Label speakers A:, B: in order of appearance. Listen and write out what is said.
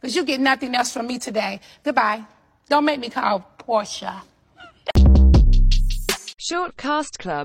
A: because you get nothing else from me today. Goodbye. Don't make me call Portia.
B: Short Cast Club